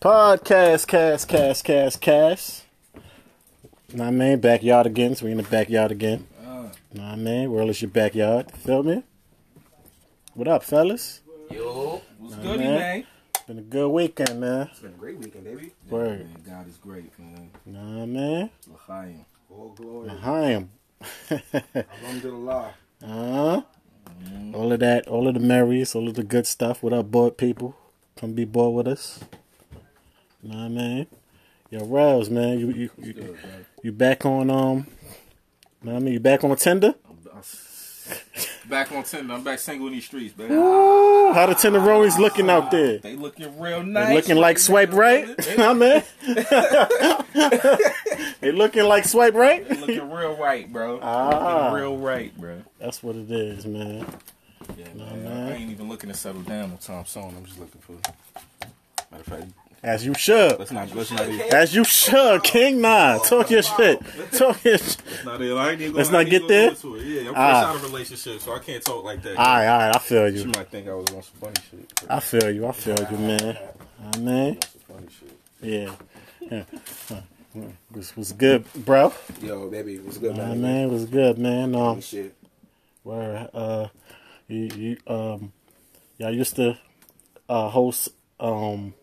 Podcast, cast, cast, cast, cast. Know what I mean? Backyard again, so we in the backyard again. Uh. Know what I mean? World is your backyard. Feel me? What up, fellas? Yo, what's Nah, good, man. man? Been a good weekend, man. It's been a great weekend, baby. Word. Man, God is great, man. Know what I mean? L'chaim. All glory. Mahayim. Alhamdulillah. uh-huh. All of that, all of the merries, all of the good stuff. What up, bored people? Come be bored with us. Know what I mean? Yo, Rouse, man, you you, you Good, man. You back on um know what I mean you back on Tinder? I'm- I'm back on Tinder. I'm back single in these streets, baby. Ooh, how the Tinder roadies looking out there? They looking real nice. They looking like swipe right? Nah, man. They looking like swipe right? They looking real right, bro. Ah. Looking real right, bro. That's what it is, man. Yeah, man. man. I ain't even looking to settle down with Tom Song. I'm just looking for. Matter of fact, As you should. let's not let's not even- As you should, King Nah. Talk your shit. Talk your shit. let's not even- I ain't even Let's gonna- I ain't not get gonna there? go into it. Yeah, I'm Ah. fresh out of relationship, so I can't talk like that. Alright, alright, I feel She you. might think I was on some funny shit. but I feel you. I feel you, man. I mean, some funny shit. yeah. yeah. Was was good, bro. Yo, baby, what's good, I mean, was good, man. Um, Shit. where uh you, you um y'all used to uh host um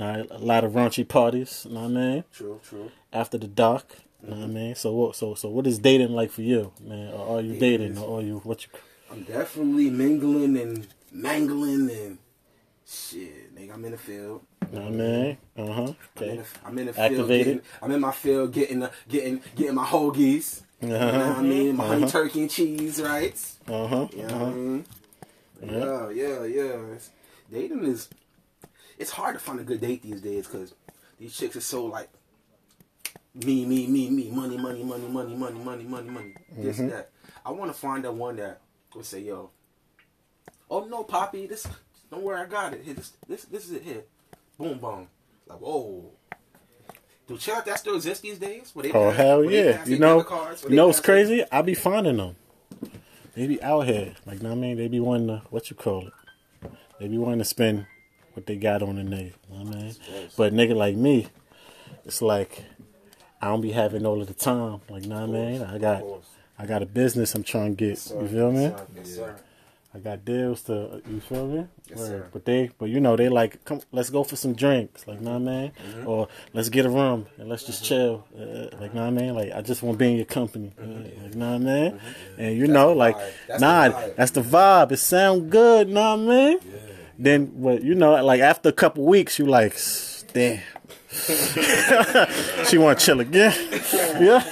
a lot of raunchy parties, know what I mean? True, true. After the dock, know what I mean? So what so so what is dating like for you, man? Or are you dating or are you what you I'm definitely mingling and mangling and shit, nigga. I'm in the field. know what I mean? Uh-huh. I'm in Okay. the, I'm in the field. Activated. Getting, I'm in my field getting the, getting getting my hoagies. You know what I mean? My honey turkey and cheese, right? Uh-huh. You know Uh-huh. what I mean? Yeah, Oh, yeah, yeah. It's, dating is it's hard to find a good date these days because these chicks are so like me, me, me, me, money, money, money, money, money, money, money, money. This Mm-hmm. that. I want to find that one that would say, "Yo, oh no, Poppy, this don't worry, I got it. Here, this, this, this is it. Here, boom, boom. Like, whoa." Do chicks that still exist these days? Where they Oh pass- hell where they yeah! pass You their know, credit cards, you where they know it's pass their- crazy. I be finding them. They be out here, like know what I mean. They be wanting to what you call it. They be wanting to spend what they got on a nigga. Know what I mean, but nigga like me, it's like I don't be having all of the time. Like know what I mean. I got I got a business I'm trying to get. You feel me? Yes, sir. I got deals to you feel me? Yes, Word. sir. But they but you know they like come let's go for some drinks, like know what I mean? Mm-hmm. Or let's get a room and let's just chill. Uh, like know what I mean? Like I just want to be in your company. uh, Like know what I mean? And you know, the like vibe. Mm-hmm. That's the nah, vibe. that's the vibe. It sound good, know what I mean? Then but you know, like after a couple weeks you like "S- damn she wanna chill again. yeah.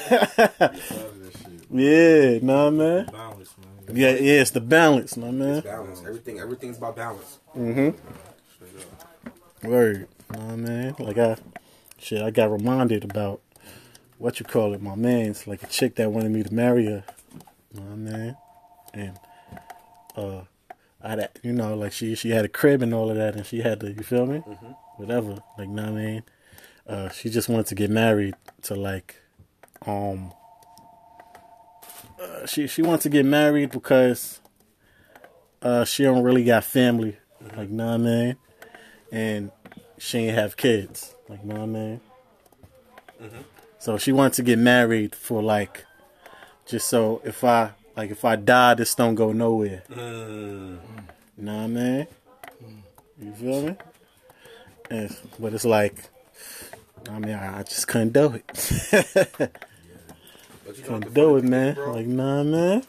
Yeah, know what I mean? Balance, man. Yeah, yeah, it's the balance, know what I mean? Balance. Everything. Everything's about balance. Word. Nah, man. Like I, shit, I got reminded about what you call it, my man's like a chick that wanted me to marry her. Nah, man. And uh, I had, you know, like she she had a crib and all of that, and she had to, you feel me? Whatever. Like, nah, man. Uh, she just wanted to get married to like, um. Uh, she she wants to get married because uh, she don't really got family. Like, nah, man and she ain't have kids. Like, know what I mean? Mm-hmm. So she wanted to get married for like, just so if I like if I die, this don't go nowhere. Mm. Know what I mean? You feel me? And, but it's like, I mean, I, I just couldn't do it. But you know what the couldn't do funny it, thing man. is, bro? Like, nah, man.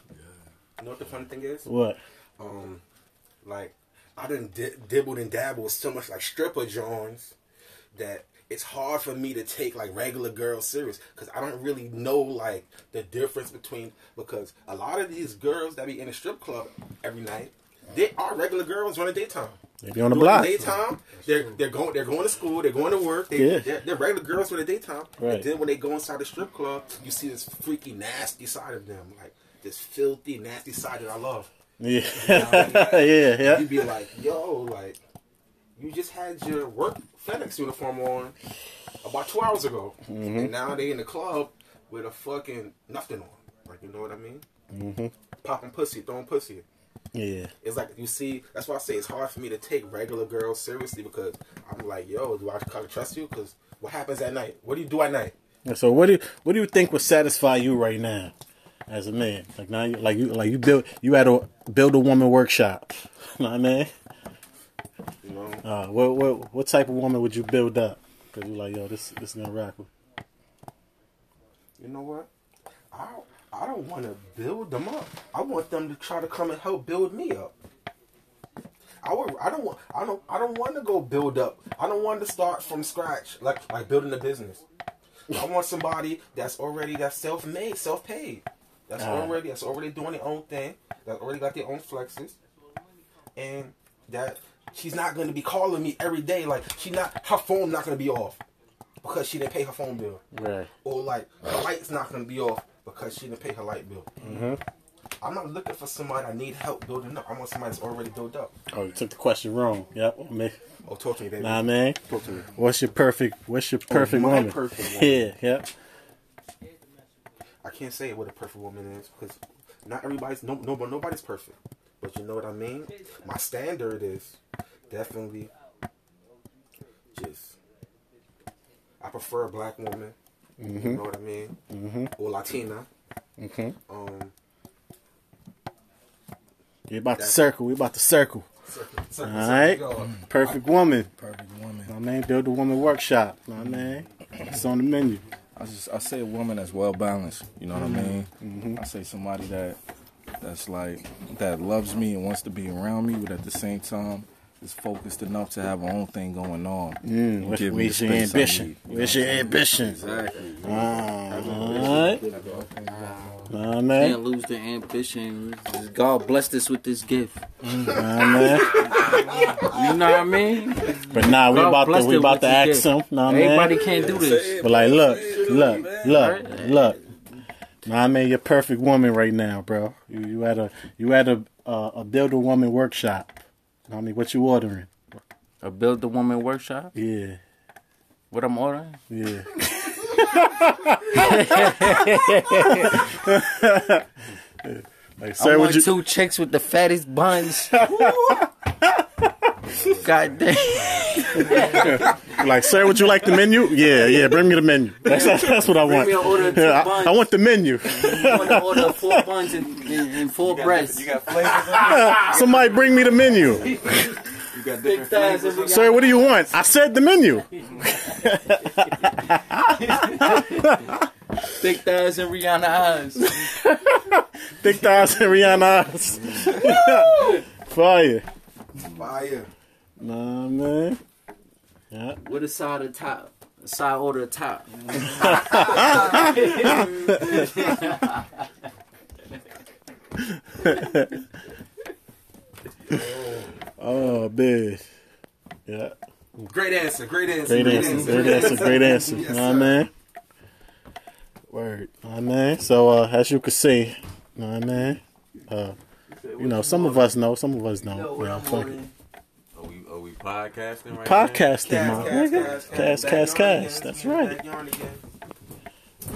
You know what the funny thing is? What? Um, like I done di- dibbled and dabbled with so much like stripper johns that it's hard for me to take like regular girls serious because I don't really know like the difference between because a lot of these girls that be in a strip club every night they are regular girls during the daytime. They be on the During block. daytime, they're they're going they're going to school, they're going to work, they, Yeah. they're, they're regular girls for the daytime. Right. And then when they go inside the strip club, you see this freaky, nasty side of them, like this filthy, nasty side that I love. Yeah, Yeah. yeah, yeah. You'd be like, yo, like, you just had your work FedEx uniform on about two hours ago, and now they in the club with a fucking nothing on. Like, you know what I mean? Mm-hmm. Popping pussy, throwing pussy. Yeah. It's like you see, that's why I say it's hard for me to take regular girls seriously because I'm like, yo, do I kinda trust you? Because what happens at night? What do you do at night? And So what do you, what do you think would satisfy you right now as a man? Like now, you, like you like you build you had a build a woman workshop. You know what I mean? You know, Uh, what what what type of woman would you build up? Cause you like yo, this this gonna rock with. you know what? I don't- I don't want to build them up. I want them to try to come and help build me up. I would, I don't want I don't I don't want to go build up. I don't want to start from scratch like like building a business. I want somebody that's already that's self made, self paid. That's Ah. already that's already doing their own thing. That's already got their own flexes, and that she's not going to be calling me every day. Like she not her phone not going to be off because she didn't pay her phone bill Right. or like her light's not gonna be off because she didn't pay her light bill. I'm not looking for somebody I need help building up. I want somebody that's already built up. Oh, you took the question wrong. Yep. I mean, Oh, talk to me, baby. Nah, man. Talk to me. What's your perfect? What's your perfect Oh, my woman? perfect woman. Yeah. Yep. I can't say what a perfect woman is because not everybody's no no but nobody's perfect. But you know what I mean. My standard is definitely just. I prefer a black woman. You know what I mean, mm-hmm. or Latina. Mm-hmm. Um, We about to circle. We about to circle. circle, All circle, right. circle, y'all. Perfect woman. Perfect woman. You know what I mean? Build a woman workshop. You know what I mean? It's on the menu. I just I say a woman that's well balanced. You know what Mm-hmm. I mean? I say somebody that that's like that loves me and wants to be around me, but at the same time is focused enough to have her own thing going on. Mm, And what's, give me the what's your space I ambition? need, you know what's what your ambition? Exactly. Alright. Nah, Can't man. lose the ambition. God blessed us with this gift. Nah, man. You know what I mean? But nah, we God about to blessed we it about with to this ask gift. him. Nah, Everybody man. can't do this. But like, look, look, look, look. Nah, I mean, you're a perfect woman right now, bro. You you at a you at a uh, a build a woman workshop. I mean, what you ordering? A build the woman workshop. Yeah, What I'm ordering? yeah. like, I sir, would want you? two chicks with the fattest buns. God damn. Like, sir, would you like the menu? Yeah, yeah, bring me the menu. That's that's, that's what I want. me an order of two Yeah, I, buns. I want the menu. You want to order four buns and, and, and four breasts. got flavors. Somebody bring me the menu. You got Big thighs and we got- Sir, what do you want? I said the menu. Thick thighs and Rihanna eyes. Thick thighs and Rihanna eyes. Fire. Fire. Nah, man. Yeah. With a side of top. A side order of top. Oh, bitch. Yeah. Great answer. Great answer. Great answer. Great answer. Great answer. Yes, nah, sir. man. Word. Nah, man. So, uh, as you can see, nah, man. Uh, you know, some of us know, some of us don't. You know, fuck it. Are we, are we podcasting right Podcasting, my Cast, cast, nigga. cast, Cast, Back cast, yarn again. cast. That's right. Back yarn again.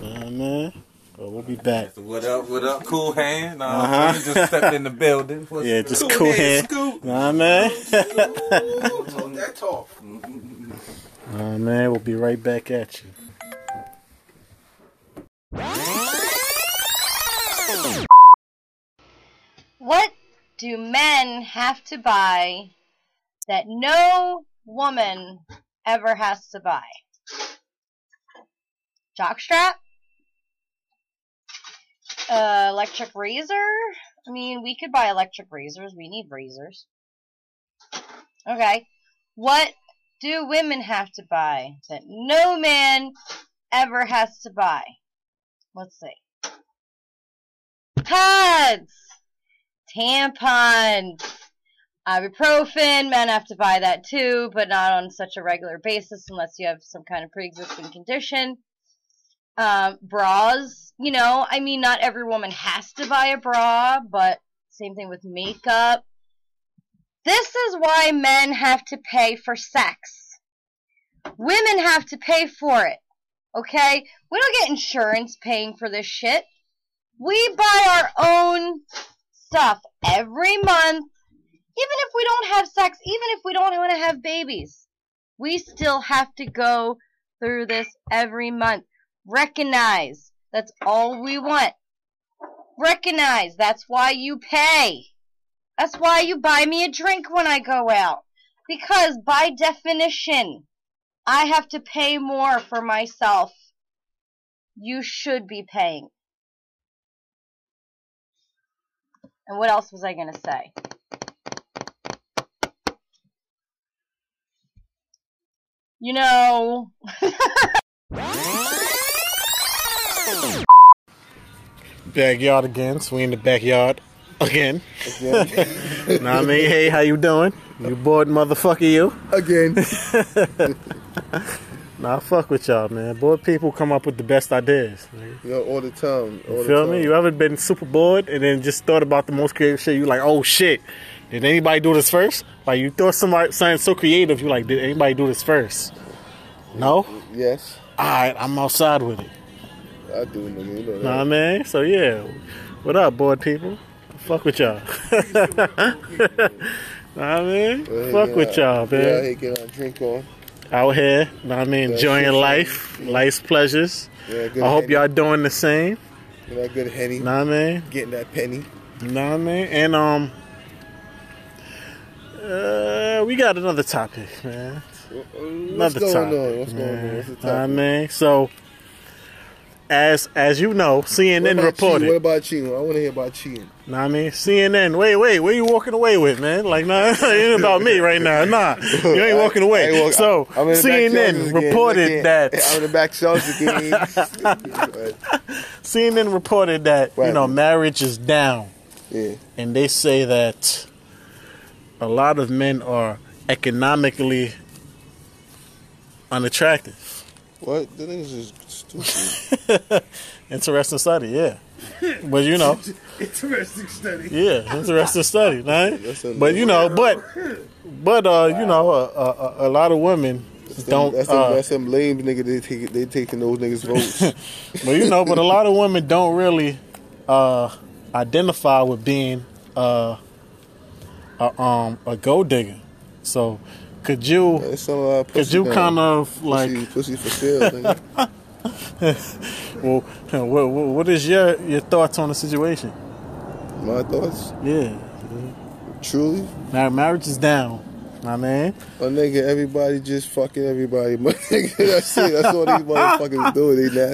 Nah, man. But we'll be back. now? What up, what up, cool hand? Nah, Uh-huh. you just stepped in the building. What's Yeah, good? just cool hand. Scoop. Nah, man. Ooh, talk that talk. Nah, man. We'll be right back at you. What do men have to buy that no woman ever has to buy? Jockstrap? Uh, electric razor? I mean, we could buy electric razors. We need razors. Okay. What do women have to buy that no man ever has to buy? Let's see. Pads! tampons, ibuprofen. Men have to buy that too, but not on such a regular basis unless you have some kind of pre-existing condition. Um, bras, you know, I mean, not every woman has to buy a bra, but same thing with makeup. This is why men have to pay for sex. Women have to pay for it. Okay? We don't get insurance paying for this shit. We buy our own stuff every month, even if we don't have sex, even if we don't want to have babies, we still have to go through this every month. Recognize that's all we want. Recognize that's why you pay. That's why you buy me a drink when I go out. Because by definition, I have to pay more for myself. You should be paying. And what else was I going to say? You know. Backyard again, so we in the backyard again. nah, I mean, hey, how you doing? You bored motherfucker, you? Again. Nah, I fuck with y'all, man. Bored people come up with the best ideas. nigga. You know, all the time. All You the feel time. me? You ever been super bored and then just thought about the most creative shit? You like, oh shit, did anybody do this first? Like you thought somebody something so creative, you like, did anybody do this first? No. All Yes, right, I'm outside with it. I do, nigga. You know that. Know what I mean? So yeah, what up, bored people? Fuck with y'all. know what I mean? Go ahead, Fuck get with our- Get y'all, out man. here, get our drink on. Out here, know what I mean? That's Enjoying it. life, life's pleasures. Yeah, good I hope henny. y'all doing the same. Get that good henny. Know what I mean? Getting that penny. Know what I mean? And um, uh, we got another topic, man. What's Another going topic, on? What's going on? What's the Know what I topic? mean? So, as as you know, What CNN about reported. cheating? What about cheating? I want to hear about cheating. Know what I mean? CNN. Wait, wait, what you walking away with, man? Like, nah, it ain't about me right now. Nah, you ain't walking I away. ain't walk- so, I'm in the back shelves CNN again. reported Again. that I'm in the back shelves again. CNN reported that you Right. know marriage is down, yeah. and they say that a lot of men are economically unattractive. What? The niggas is stupid. Interesting study, yeah. But you know, Interesting study. yeah, interesting study, right? That's a- But you know, but but uh, you know, a, a, a- a lot of women don't. That's, uh, them, that's them lame nigga. They take they taking those niggas votes. Well, you know, but a lot of women don't really uh, identify with being uh, a, um, a gold digger. So, could you That's some uh, could pussy you down. kind of like pussy, pussy for sale? Nigga. well, what, what is your your thoughts on the situation? My thoughts. Yeah, Truly, now marriage is down, my man. My nigga, everybody just fucking everybody. My nigga, that's it. That's all these motherfuckers doing. They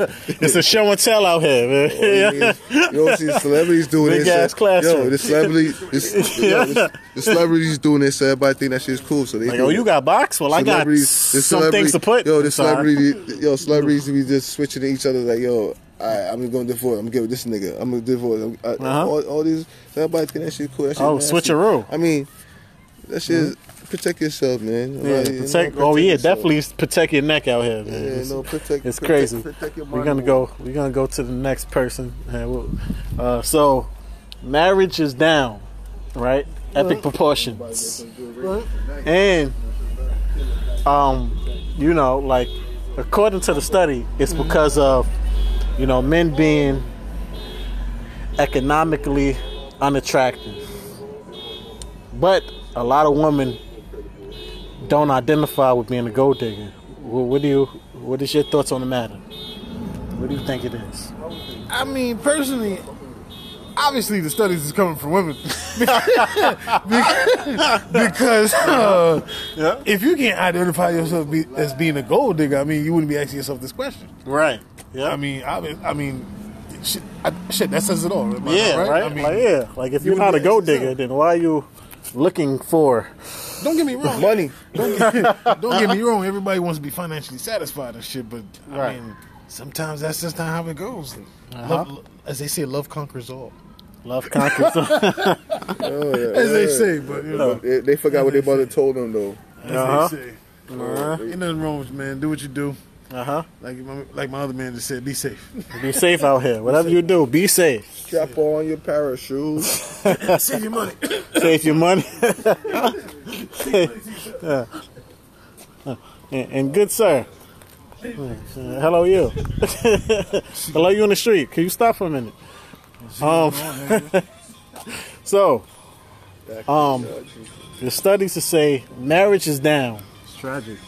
nasty. It's a show and tell out here, All man. these niggas- You don't see celebrities doing Big this. ass so- classroom. Yo, the celebrity, this, yo, this, the celebrities doing this. So everybody think that shit's cool. So they Like, do oh, it. you got box? Well, I got the some celebrity- things to put. Yo, the inside. celebrity, yo, celebrities be just switching to each other. Like, yo, I, I'm going to divorce. I'm gonna get with this nigga. I'm gonna divorce. I'm, I, Uh-huh. all, all these. Everybody think that shit cool. That shit Oh, nasty. switcheroo. Mm-hmm. I mean, that shit. is- Protect yourself, man. Yeah, Like, you know, protect, oh yeah, yourself. definitely protect your neck out here, man. Yeah, no, protect. it's protect- crazy. Protect your We're gonna money. go. We're gonna go to the next person. And we'll, uh, so, marriage is down, right? Epic proportions, and um, you know, like according to the study, it's Mm-hmm. because of you know men being economically unattractive, but a lot of women don't identify with being a gold digger. What, what do you? What is your thoughts on the matter? What do you think it is? I mean, personally, obviously the studies is coming from women because uh, if you can't identify yourself be, as being a gold digger, I mean, you wouldn't be asking yourself this question. Right. Yeah. I mean, I, mean- I mean, shit, I, shit, that says it all. am I yeah. Right. I mean, like, yeah. Like, if you're you not a would be gold asking digger, then why are you looking for? Don't get me wrong. Money. Don't get me wrong. Everybody wants to be financially satisfied and shit, but I Right. mean, sometimes that's just not how it goes. Uh-huh. Love, as they say, love conquers all. Love conquers. uh Oh, yeah, As they yeah. say, but you know, They, they forgot what their mother told them though. as Uh-huh. they say. Uh-huh. Ain't nothing wrong with you, man. Do what you do. huh. Like my, like my other man just said, be safe. Uh-huh. Be safe out here. Whatever you do, be safe. Strap on your parachute. Save your money. Save your money. Yeah. And, and good sir. Uh, Hello, you. Hello, you in the street. Can you stop for a minute? Um, So, um, the studies to say marriage is down. It's tragic.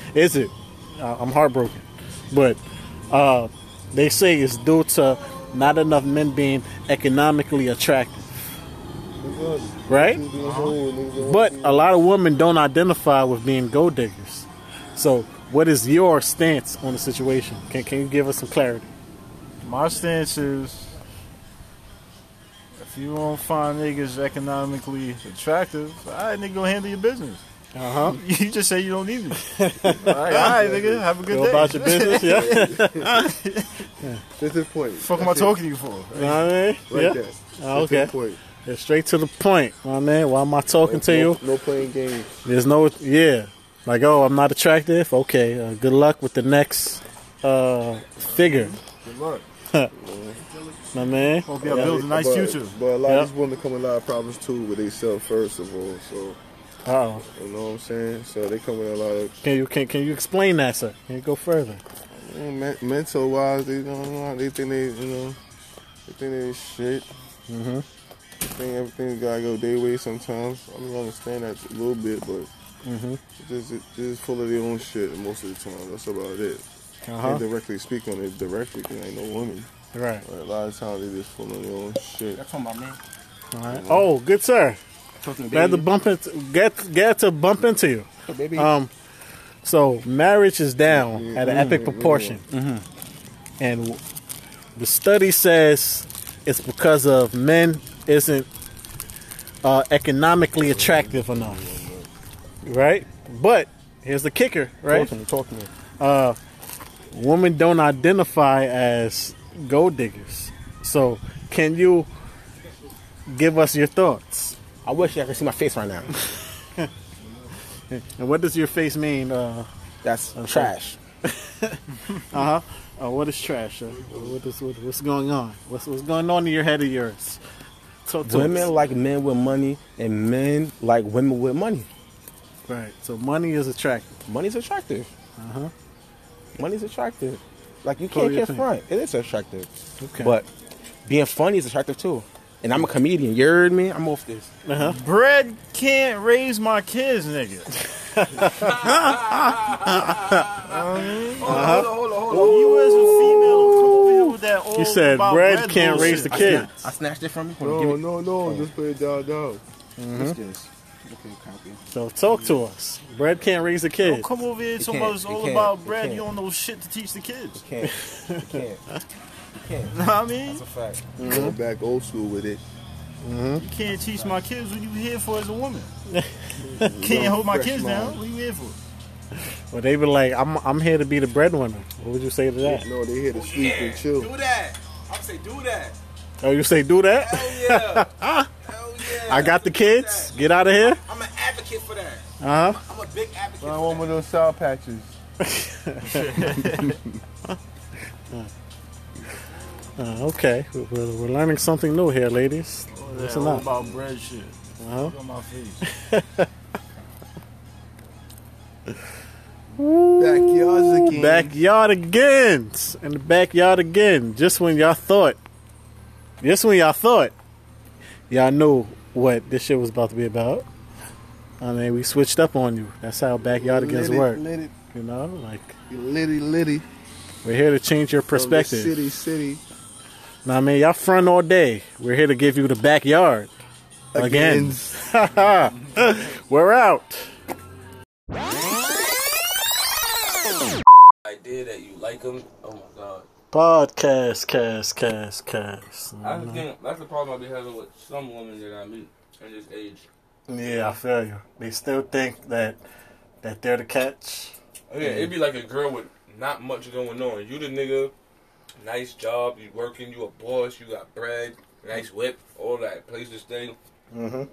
is it? Uh, I'm heartbroken, but uh, they say it's due to not enough men being economically attractive, right? But a lot of women don't identify with being gold diggers. So, what is your stance on the situation? Can Can you give us some clarity? My stance is if you don't find niggas economically attractive, all right, nigga, go handle your business. Uh-huh. Uh huh. You just say you don't need me. all right, all right nigga, have a good Go day. about your business. Yeah. That's the point. fuck am I That's it. talking to you for? You know what I mean? Right yeah. there. Oh, That's okay. the point. Yeah, straight to the point, my man. Why am I talking to you? No, no playing games. There's no, yeah. Like, oh, I'm not attractive. Okay, uh, good luck with the next uh, figure. Good luck. My man. Hope y'all build a nice but, future. But a lot Yep. of these women come with a lot of problems too with themselves first of all. So Oh, you know what I'm saying? So they come with a lot of can you can can you explain that, sir? Can you go further? you know, men- mental wise, they don't know how they think they you know they think they shit. Mm-hmm. They think everything gotta go their way sometimes. I mean I understand that a little bit, but Mm-hmm. it's just it's just full of their own shit most of the time. That's about it. Uh-huh. They directly speak on it directly, 'cause ain't no woman. Right. But a lot of times they just full of their own shit. That's on my man. All right. Oh, good sir. Talking Glad to bump into, get get to bump into you. baby. Um, so marriage is down at an epic proportion, and w- the study says it's because of men isn't uh, economically attractive enough, right? But here's the kicker, right? Uh, Talking, talking. Women don't identify as gold diggers, so can you give us your thoughts? I wish y'all could see my face right now. And what does your face mean? Uh, That's trash. Uh huh. Uh, what is trash? Uh, what is what, what's going on? What's what's going on in your head of yours? Talk to Women us. like men with money, and men like women with money. right? So money is attractive. Money's attractive. Uh huh. Money's attractive. Like you Totally can't get different. front. It is attractive. Okay. But being funny is attractive too. And I'm a comedian. You heard me? I'm off this. Bread can't raise my kids, nigga. Uh-huh. Hold on, hold on, hold on. You as a female come over here with that old you said Oh, about bread, can't bullshit. raise the kid. I snatched it from you. Hold on, No, give no, Oh. no, just put it down, down. me- What's this? Okay, copy. So talk to us. Bread can't raise the kid. Don't Oh, come over here talking can't, about it's it all can't, about it bread. can't. You don't know shit to teach the kids. Can't. You can't. You can't. Know what I mean? It's a fact. Mm-hmm. Going back old school with it. You can't teach my kids what you here for as a woman. can't hold my fresh kids mind. down. What you here for? Well, they be like, I'm I'm here to be the breadwinner. What would you say to that? No, they here to sleep and chill. that. I'm say do that. Oh, you say do that? Hell yeah. Hell yeah. I got the kids. Get out of here. I'm an advocate for that. Uh huh. I'm a big advocate. I want one of those sour patches. Uh, okay, we're, we're we're learning something new here, ladies. That Listen all up. Oh, about bread shit. Uh-huh. Look on my face. Backyards again. Backyard again. In the backyard again. Just when y'all thought. Just when y'all thought. Y'all knew what this shit was about to be about. I mean, we switched up on you. That's how backyard again's Litty, work. Litty, You know, like litty, litty. we're here to change your From the perspective. City, city. Now, I mean, y'all front all day. We're here to give you the backyard again. we're out. idea that you like them. Oh my god. Podcast, cast, cast, cast. I just think that's the problem I be having with some women that I meet in this age. Yeah, I feel you. They still think that that they're the catch. Oh, Yeah, Mm-hmm. it'd be like a girl with not much going on. You the nigga, nice job, you working, you a boss, you got bread, nice whip, all that places thing. Mhm.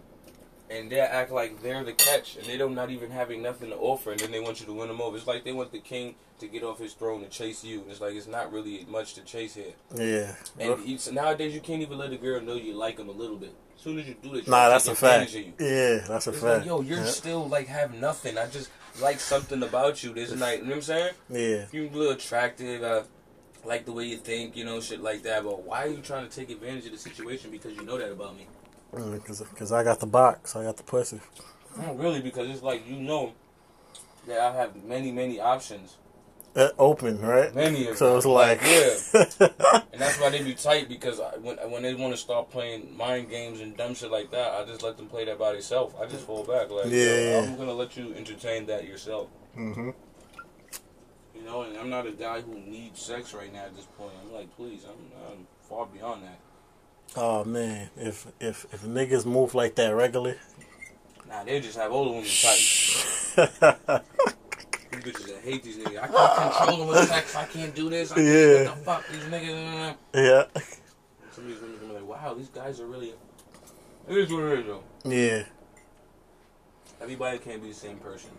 And they act like they're the catch, and they don't not even having nothing to offer, and then they want you to win them over. It's like they want the king to get off his throne and chase you, and it's like it's not really much to chase here. Yeah. And you, so nowadays, you can't even let a girl know you like them a little bit. As soon as you do that, you Nah, that's a take fact. advantage of you. Yeah, that's a It's fact. like, yo, you're yeah. still like have nothing. I just like something about you. This night, you know what I'm saying? yeah. You look attractive. I like the way you think, you know, shit like that. But why are you trying to take advantage of the situation because you know that about me? Because Mm, I got the box, I got the pussy. Not really, because it's like you know that I have many, many options. Uh, open, right? Many of So them. it's like, yeah, and that's why they be tight because I, when when they want to start playing mind games and dumb shit like that, I just let them play that by themselves. I just fall back like, Yeah, yo, yeah. I'm gonna let you entertain that yourself. hmm You know, and I'm not a guy who needs sex right now at this point. I'm like, please, I'm, I'm far beyond that. Oh man, if if if niggas move like that regularly, Nah, they just have older women tight. These bitches, I hate these niggas. I can't control them with sex. I can't do this. I can't, Yeah. What the fuck, these niggas? yeah, Some of these women gonna be like, wow, these guys are really. It is what it is, though. yeah, Everybody can't be the same person.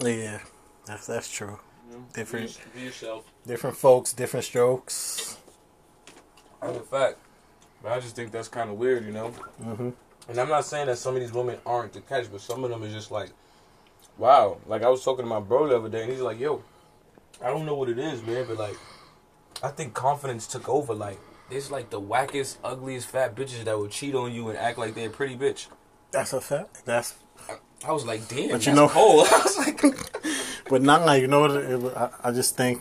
yeah, that's that's true. You know? Different, Be, be yourself. different folks, different strokes. That's a fact. But I just think that's kind of weird, you know? Mm-hmm. And I'm not saying that some of these women aren't the catch, but some of them is just like, wow. Like I was talking to my bro the other day, and he's like, yo, I don't know what it is, man, but like, I think confidence took over. Like, there's like the wackest, ugliest, fat bitches that will cheat on you and act like they're a pretty bitch. That's a fact. That's I was like, damn, But but you you know- that's cold. I was like, But now, like, you know what? It, I, I just think,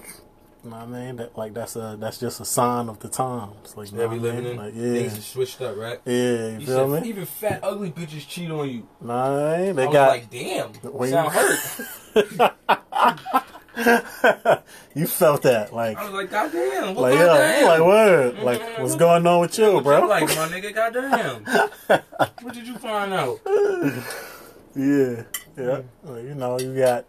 you know what I mean, that like that's a that's just a sign of the times. Like, you know that we what I living mean? in, Like, things yeah, are switched up, right? yeah, you You feel said, me? even fat, ugly bitches cheat on you. Nah, I ain't. they I was got like, damn, When you- sound hurt. you felt that, like, I was like, goddamn, what like yo, goddamn? you like word, like what's going on with you, What bro? you like, my nigga, goddamn. what did you find out? yeah, yeah. Mm-hmm. Well, you know, you got.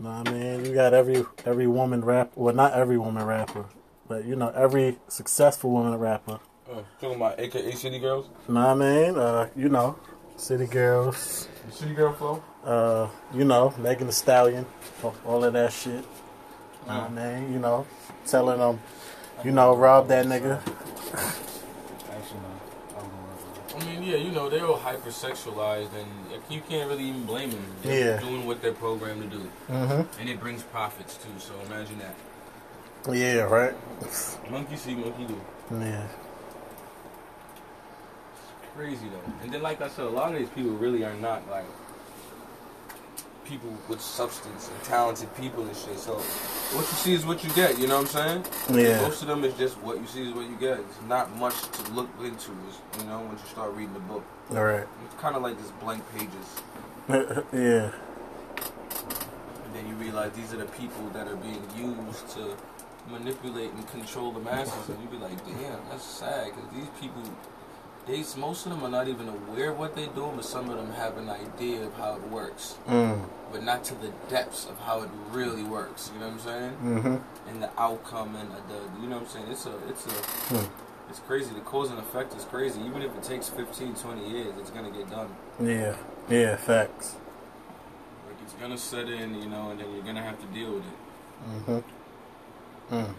Nah, man, you got every every woman rap. Well, not every woman rapper, but you know, every successful woman rapper. Oh, talking about AKA City Girls? Nah, man, uh, you know, City Girls. The City Girl flow? uh, you know, Megan the Stallion, all- all of that shit. I mean, you know, telling them, you know, rob that nigga. Actually, no. I don't know. I mean, yeah, you know, they're all hypersexualized, and like, you can't really even blame them. They're Yeah. doing what they're programmed to do. Mm-hmm. And it brings profits, too, so imagine that. Yeah, right. Monkey see, monkey do. Yeah, Crazy, though. And then, like I said, a lot of these people really are not, like, people with substance and talented people and shit, so what you see is what you get, you know what I'm saying? yeah, Most of them is just what you see is what you get. It's not much to look into, is, you know, once you start reading the book. all right. It's kind of like just blank pages. yeah, And then you realize these are the people that are being used to manipulate and control the masses. And you be like, damn, that's sad. Because these people, they, most of them are not even aware of what they're doing, but some of them have an idea of how it works. mm. But not to the depths of how it really works. You know what I'm saying? mm-hmm. and the outcome and the you know what I'm saying it's a it's a it's crazy the cause and effect is crazy even if it takes 15 20 years it's gonna get done yeah, yeah. Facts. like it's gonna set in you know and then you're gonna have to deal with it Mm-hmm. Mm.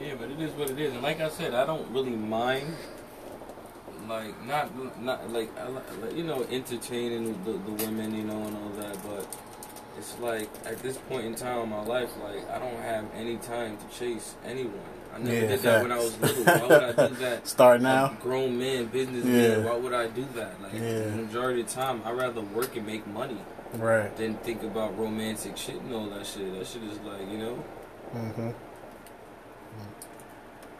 yeah but it is what it is and like I said I don't really mind like not not like, I, li- like you know entertaining the, the women you know and all that but it's like at this point in time in my life like I don't have any time to chase anyone I never Yeah, did that when I facts. was little why would I do that Start now. a grown man, business Yeah. man. Why would I do that? Like Yeah. the majority of the time, I would rather work and make money Right. than think about romantic shit and all that shit. That shit is like you know, Mm-hmm.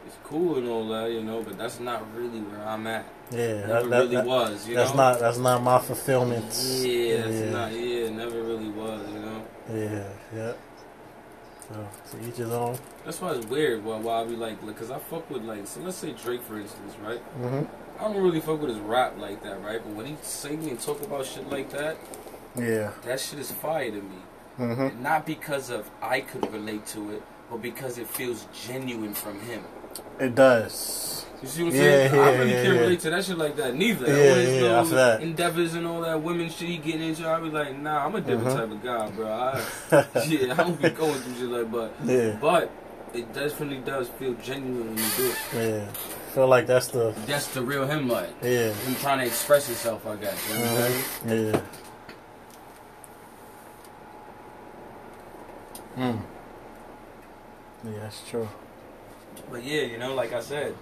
it's cool and all that, you know, but that's not really where I'm at. Yeah. Never That, that, really that- was, you that's know. not. That's not my fulfillment. Yeah, that's yeah. not. Yeah, never really was, you know. Yeah. Yeah. So, to each his own. That's why it's weird. Why, why I be like, because I fuck with like, so let's say Drake for instance, right? Mm-hmm. I don't really fuck with his rap like that, right? But when he sing and talk about shit like that, Yeah. that shit is fire to me. Mm-hmm. not because of I could relate to it, but because it feels genuine from him. It does. You see what I'm Yeah, saying? yeah, I really yeah, can't yeah. relate to that shit like that neither. Yeah, all his yeah, I little feel that. endeavors and all that women shit he getting into, I be like, nah, I'm a different Mm-hmm. type of guy, bro. I, yeah, I don't be going through shit like but Yeah. but it definitely does feel genuine when you do it. Yeah. Feel like that's the That's the real him, like yeah. him trying to express himself. I guess. You know what Mm-hmm. I'm saying? Yeah. Mm. Yeah, that's true. But yeah, you know, like I said,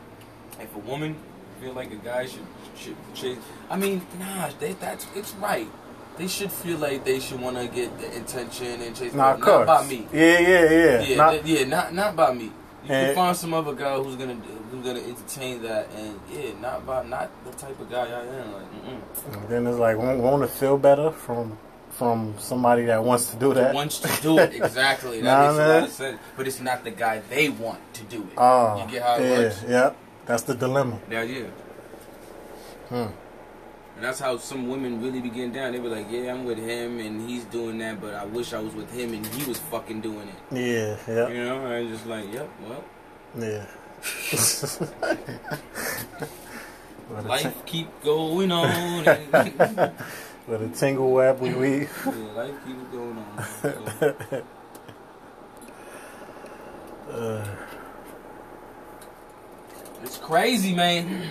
if a woman feel like a guy should should chase, I mean, nah, they, that's it's right. They should feel like they should want to get the attention and chase. Nah, of not by course. me. Yeah, yeah, yeah. Yeah, Not- th- yeah, not not by me. You can And- find some other guy who's gonna who's gonna entertain that, and yeah, not by not the type of guy I am. Like, mm-mm. And then it's like want to feel better from from somebody that wants to do that. wants to do it exactly. That Nah, makes a lot man. of sense. But it's not the guy they want to do it. Oh, you get how it yeah, works? yep. That's the dilemma. Yeah, yeah. Hmm. And that's how some women really be getting down. They be like, "Yeah, I'm with him, and he's doing that, but I wish I was with him, and he was fucking doing it." Yeah, yeah, You know, and just like, "Yep, well, yeah. What a life ting- keep going on." and- With a tingle web we weave. yeah, life keep going on. So, Uh, it's crazy, man.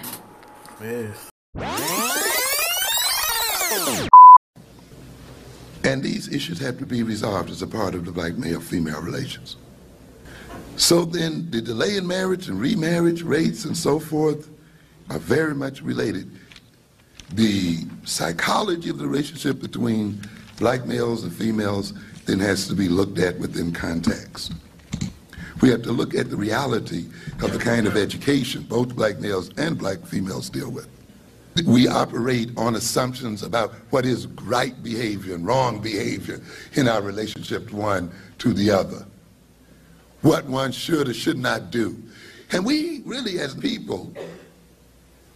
yes. And these issues have to be resolved as a part of the black male female relations. So then, the delay in marriage and remarriage rates and so forth are very much related. The psychology of the relationship between black males and females then has to be looked at within context. We have to look at the reality of the kind of education both black males and black females deal with. We operate on assumptions about what is right behavior and wrong behavior in our relationship one to the other, what one should or should not do. And we really, as people,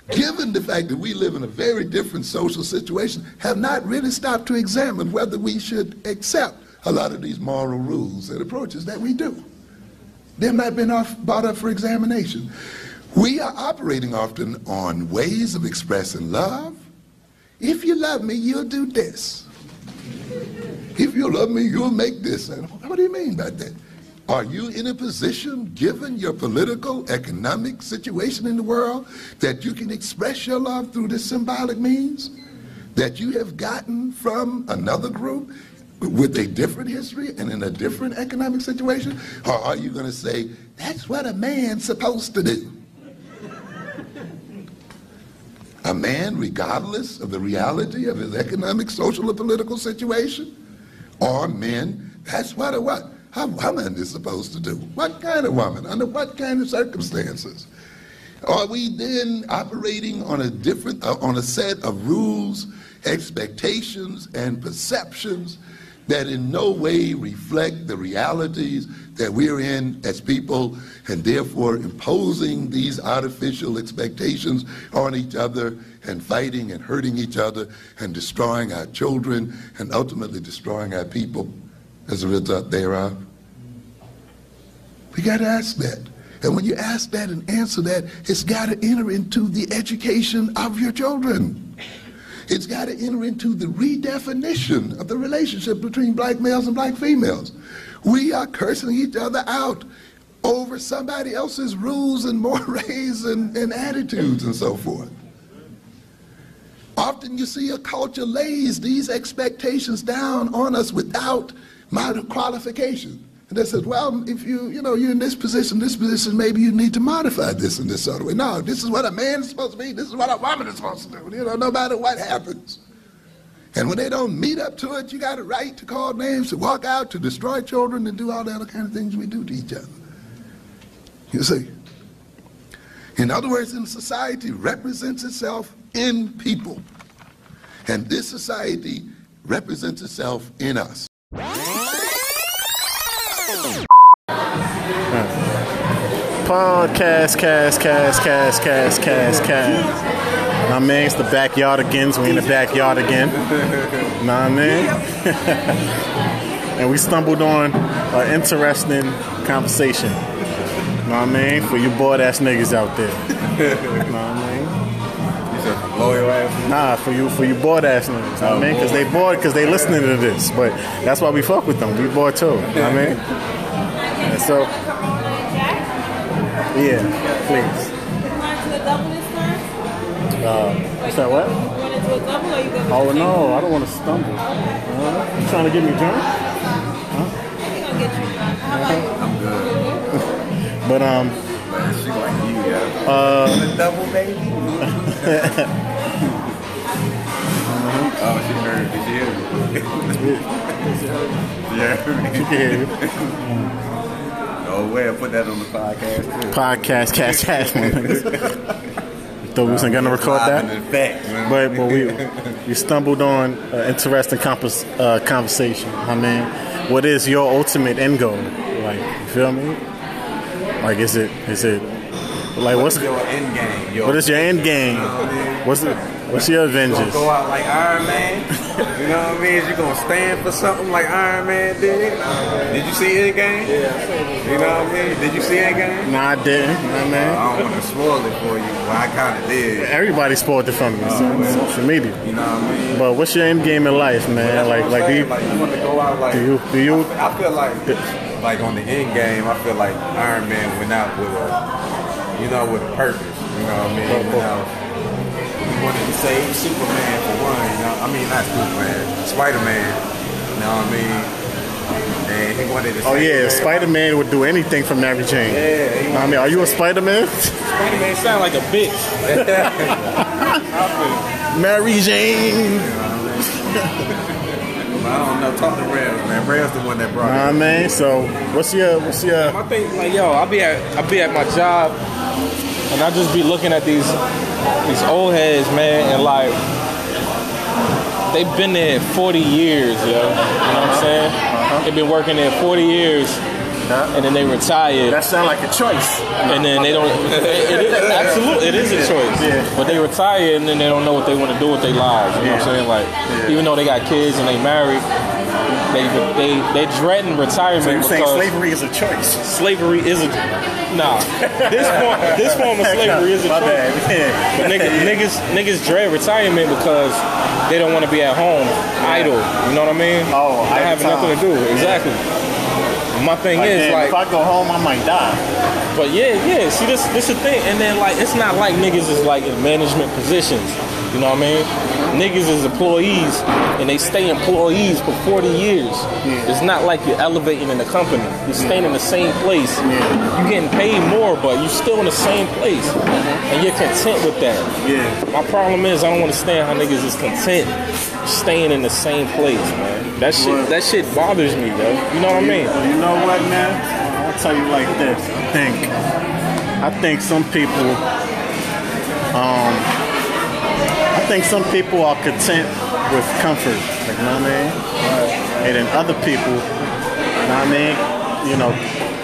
given the fact that we live in a very different social situation, have not really stopped to examine whether we should accept a lot of these moral rules and approaches that we do. They've not been off, brought up for examination. We are operating often on ways of expressing love. If you love me, you'll do this. If you love me, you'll make this. And what do you mean by that? Are you in a position, given your political, economic situation in the world, that you can express your love through this symbolic means that you have gotten from another group with a different history and in a different economic situation? Or are you going to say, that's what a man's supposed to do? A man, regardless of the reality of his economic, social, or political situation, or men, that's what a what a woman is supposed to do. What kind of woman? Under what kind of circumstances? Are we then operating on a different, uh, on a set of rules, expectations, and perceptions that in no way reflect the realities that we're in as people, and therefore imposing these artificial expectations on each other and fighting and hurting each other and destroying our children and ultimately destroying our people as a result thereof? We got to ask that. And when you ask that and answer that, it's got to enter into the education of your children. It's got to enter into the redefinition of the relationship between black males and black females. We are cursing each other out over somebody else's rules and mores and, and attitudes and so forth. Often you see a culture lays these expectations down on us without my qualification. And they says, well, if you, you know, you're in this position, this position, maybe you need to modify this in this other way. No, this is what a man is supposed to be, this is what a woman is supposed to do, you know, no matter what happens. And when they don't meet up to it, you got a right to call names, to walk out, to destroy children, and do all the other kind of things we do to each other. You see? In other words, in society represents itself in people. And this society represents itself in us. Podcast, cast, cast, cast, cast, cast, cast. Nah, man, it's the backyard again. So we in the backyard again. Nah, man. and we stumbled on an interesting conversation. Nah, man, for you bored ass niggas out there. Nah, man. Loyal ass. Nah, for you, for you bored ass niggas. Nah, man, because they bored, because they listening to this. But that's why we fuck with them. We bored too. Nah, man. And so, yeah, please. Uh, is that what? Oh no, I don't want to stumble. Uh, you trying to get me drunk? Huh? I'm good. But um, She like you, yeah. uh, double baby. Oh, she heard. Did you hear? yeah. You can hear me. No way. I put that on the podcast too. podcast, cast, cast. Thought we wasn't gonna record that, Fact. but but we we stumbled on an interesting compos- uh, conversation. I mean, what is your ultimate end goal? Like, you feel me? Like, is it is it like what's your end game? Yo, what is your end game? What's the, what's your Gonna Avengers? go out like Iron Man. You know what I mean? Is you gonna stand for something like Iron Man did? Did you see Endgame? Yeah. You know what I mean? Did you see Endgame? Nah, I didn't. Nah, man. I don't want to spoil it for you, but I kind of did. Everybody spoiled it from me. so- social media. You know what I mean? But what's your end game in life, man? That's Like, what I'm like do you, saying. like you want to go out like do you do you I feel like like on the end game, I feel like Iron Man went out with a you know with a purpose. You know what I mean? He went out. He wanted to save Superman for one. You know, I mean not Superman, Spider Man. You know what I mean? And he wanted to. Oh yeah, if save Spider Man would do anything for Mary Jane. Yeah, he I mean, are you a Spider Man? Spider Man sound like a bitch. Mary Jane. But I don't know. Talk to Rails, man. Rails the one that brought Nah, it. man. So what's your what's your My thing, like yo, I be at I be at my job, and I just be looking at these these old heads, man, and like they've been there 40 years, yo. You know what I'm saying? Uh-huh. They've been working there 40 years, and then they retired. that sound like a choice? and then they don't. It, it is, absolutely, it is a choice. Yeah. But they retire and then they don't know what they want to do with their lives. You know what I'm saying? Like, even though they got kids and they married, they they they dreading retirement So you saying because slavery is a choice? slavery is a nah. This form this form of slavery is a My choice. bad. But niggas, niggas, niggas dread retirement because they don't want to be at home idle. You know what I mean? Oh, I idle have nothing to do. Exactly. My thing Like, is damn, like if I go home, I might die. but yeah, yeah. See, this this the thing, and then like it's not like niggas is like in management positions. You know what I mean? Niggas is employees, and they stay employees for 40 years. It's not like you're elevating in the company. You're staying in the same place. You're getting paid more, but you're still in the same place, and you're content with that. Yeah. My problem is I don't understand how niggas is content staying in the same place, man. That shit, that shit bothers me, yo. You know what I mean? Well, you know what, man? I'll tell you like this. I think I think some people um I think some people are content with comfort. Like you know what I mean? And then other people, you know what I mean, you know,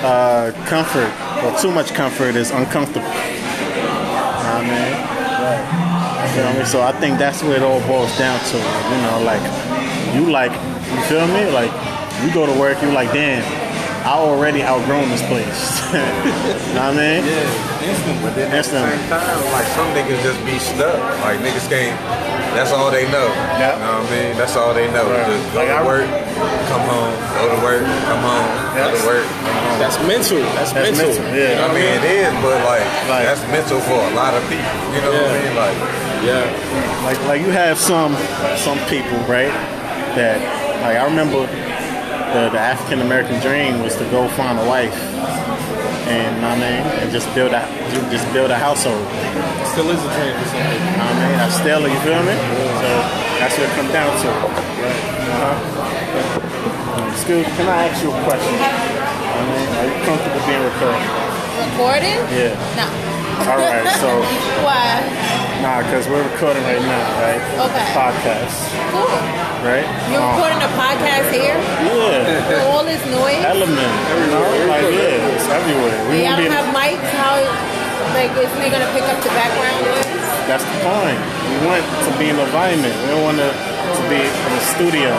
uh, comfort or too much comfort is uncomfortable. You know what I mean? You know what I mean? So I think that's what it all boils down to. You know, like you like you feel me? Like you go to work, you like, damn, I already outgrown this place. you know what I mean? Yeah, instant. But then at the Instant. same time, like some niggas just be stuck. Like niggas can't. That's all they know. Yeah. You know what I mean? That's all they know. Right. Just go Like, to I- work, come home. Go to work, come home. Go to Yes. work, come home. That's mental. That's, That's mental. mental, yeah. You know I what I mean, mean? it is, but like, Like- that's mental for a lot of people. You know what I Yeah. mean? Like, Yeah. Like like you have some some people, right? That like I remember the, the African American dream was to go find a wife and you know what I mean and just build a just build a household. Still is a dream for some people. You know what I mean? I still you feel me? So that's what it comes down to. Uh-huh. Excuse can I ask you a question? I mean, are you comfortable being recorded? Recording? Yeah. No. All right, so- Why? Nah, because we're recording right now, right? Okay. Podcast, Cool. right? Uh, You're Oh. recording a podcast here? Yeah. with All this noise? Element. You know? Like, yeah, it's everywhere. We Y'all don't wouldn't be in- have mics? How, like, isn't it gonna pick up the background noise? That's the point. We want to be in the environment. We don't want to, to be in the studio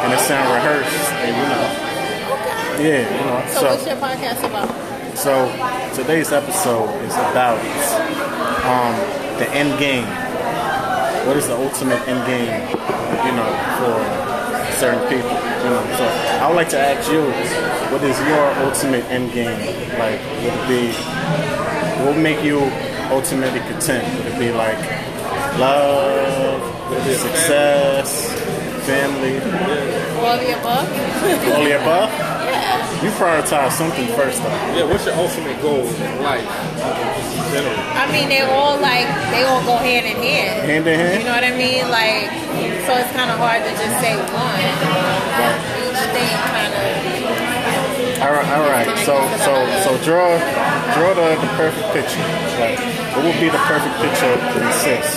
and it sound rehearsed. And you know, Okay. yeah, you know. So, what's your podcast about? So today's episode is about um, the end game. What is the ultimate end game, you know, for certain people? You know, so I would like to ask you, what is your ultimate end game? Like, would it be what would make you ultimately content? Would it be like love, success, family, All of the above? all the above? Yeah. You prioritize something first, though. Yeah, what's your ultimate goal in life? in general? I mean, they all like they all go hand in hand. Hand in hand? You know what I mean? Like, so it's kind of hard to just say one. Each thing kind of. All right, all right. So, so, so draw, draw the, the perfect picture. Like, what would be the perfect picture to exist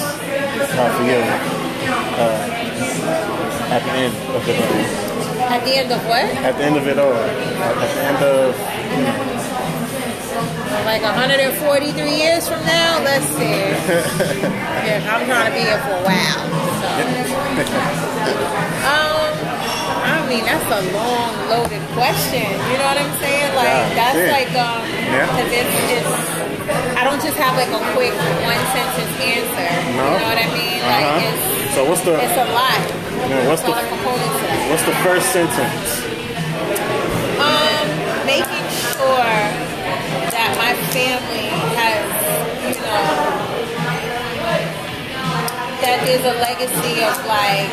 uh, for you uh, at the end of the At the end of what? at the end of it all? At the end of Like 143 years from now? Let's see. Yeah, I'm trying to be here for a while. So. um, I mean, that's a long, loaded question. You know what I'm saying? Like, Yeah, that's yeah. like, um, Yeah. 'cause it's, it's, I don't just have like a quick one sentence answer. no. You know what I mean? Like, it's, uh-huh. So what's the it's a lot. yeah, It's what's a the lot of components to that. what's the first sentence? Um, making sure that my family has, you know, that there's a legacy of like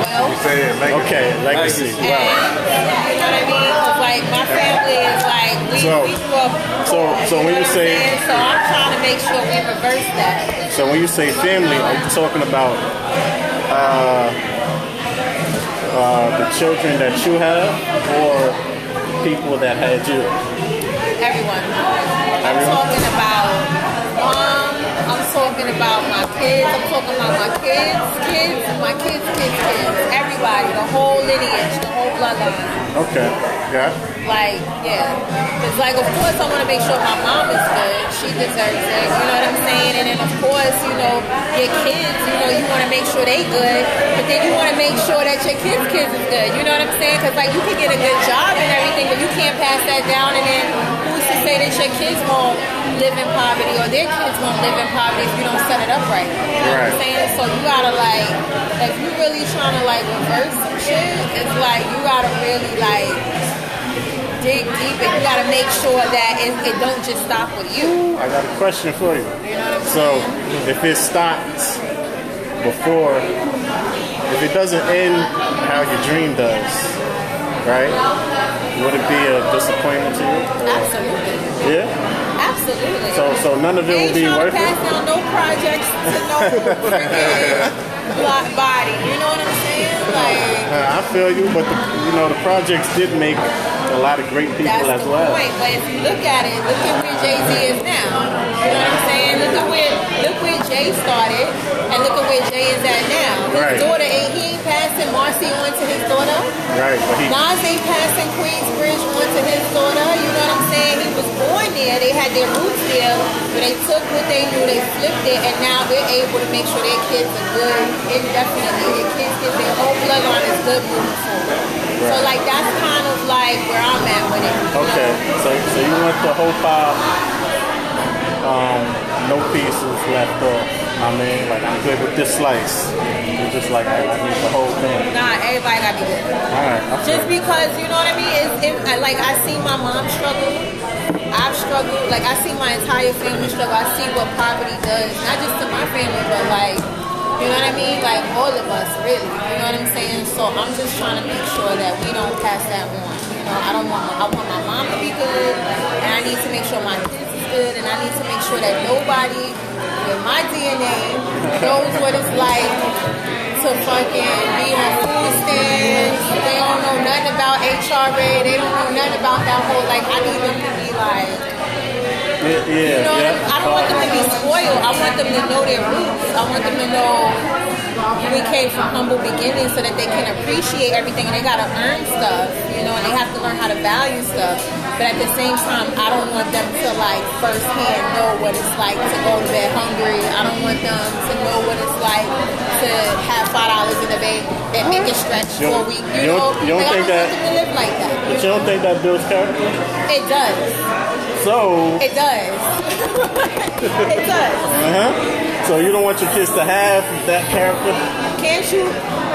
wealth. Okay, legacy. And, you know what I mean? 'Cause, like my family is like we, So- we grew up. So, so when you say And so I'm trying to make sure we reverse that. So when you say family, are you talking about uh, uh, the children that you have, or people that had you? Everyone. I'm talking about mom. I'm talking about my kids. I'm talking about my kids, kids, and my kids, kids, kids. Everybody, the whole lineage, the whole bloodline. Okay, yeah. Like, yeah. It's like, of course, I want to make sure my mom is good. She deserves it. You know what I'm saying? And then, of course, you know, your kids, you know, you want to make sure they good. But then you want to make sure that your kids' kids is good. You know what I'm saying? Because, like, you can get a good job and everything, but you can't pass that down. And then who's to say that your kids won't live in poverty or their kids won't live in poverty if you don't set it up right? You know what I'm Right. saying? So you gotta, like, if you really trying to, like, reverse some shit, it's like, you gotta really, like, dig deep and you gotta make sure that it, it don't just stop with you. I got a question for you. So if it stops before, if it doesn't end how your dream does, right? Would it be a disappointment to you? Absolutely. Yeah. Absolutely. So, so none of it They will ain't be trying worth to pass it. down no projects to no freaking block body. You know what I'm saying? Like Uh, I feel you, but the, you know the projects did make a lot of great people that's as the well. point. But if you look at it, look at where Jay Z is now. You know what I'm saying? Look at where look where Jay started and look at where Jay is at now. His Right. daughter ain't he ain't passing Marcy on to his daughter. Right, but he Nas ain't passing Queensbridge on to his daughter. You know what I'm saying? He was born there. They had their roots there. But they took what they knew, they flipped it, and now they're able to make sure their kids are good indefinitely. Their kids get their whole bloodline is good moving forward. So Right. like that's kind of like where I'm at with it. Okay, so so you want the whole pile, um, no pieces left off. I mean, like I'm good with this slice. It's just like I, I need the whole thing. Nah, everybody gotta be good. All right, I feel Just because you know what I mean is, it, I- like I see my mom struggle. I've struggled. Like I see my entire family struggle. I see what poverty does, not just to my family, but like you know what I mean, like all of us, really. You know what I'm saying? So I'm just trying to make sure that we don't pass that on. You know, I don't want. My, I want my mom to be good, and I need to make sure my kids is good, and I need to make sure that nobody with my DNA knows what it's like to fucking be on food stands. They don't know nothing about HRA. They don't know nothing about that whole like. I need them to be like. Yeah, yeah, You know, yeah. I don't want them to be spoiled. I want them to know their roots. I want them to know we came from humble beginnings so that they can appreciate everything and they gotta earn stuff. You know, and they have to learn how to value stuff. But at the same time, I don't want them to like firsthand know what it's like to go to bed hungry. I don't want them to know what it's like to have five dollars in the bank that make it stretch You for a don't- week. You you don't- know, you don't Like, I think that- want them to live like that. But you don't think that builds character? It does. So, It does. it does. uh-huh. so you don't want your kids to have that character? Can't you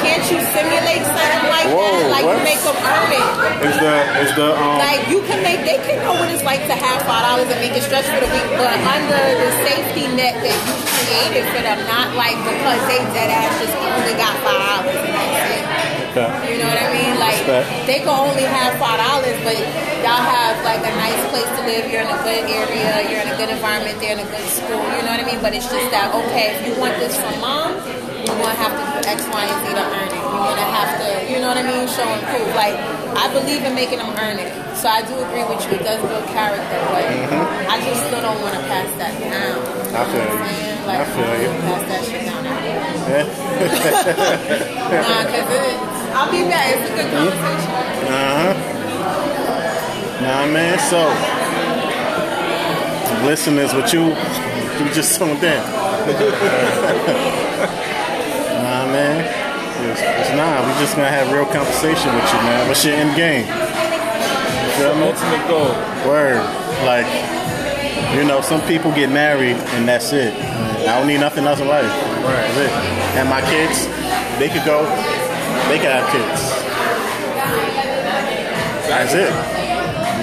can't you simulate something like that? Whoa, Like what? you make them earn it. Is the is the um? like you can make they can know what it's like to have five dollars and make it stretch for the week, but under the safety net that you created for them, not like because they dead ass just only got five dollars and that's it. Okay. You know what I mean? Like Respect. they can only have five dollars, but y'all have like a nice place to live. You're in a good area. You're in a good environment. They're in a good school. You know what I mean? But it's just that okay, if you want this from mom, you're gonna have to do X, Y, and Z to earn it. You're gonna have to, you know what I mean? Show and prove. Like I believe in making them earn it. So I do agree with you. It does build character, but I just still don't want to pass that down. Mm-hmm. I feel you. I feel you. Pass that shit down. Yeah. Nah, cause it, I'll be back. It's a good Mm-hmm. conversation. Uh huh. Nah, man. So, listeners, what you you just tuned in? nah, man. It's, it's nah. We just gonna have real conversation with you, man. What's your end game? You feel me? Ultimate goal. Word. Like, you know, some people get married and that's it. I don't need nothing else in life. Right. That's it. And my kids, they could go. They could have kids. That's it.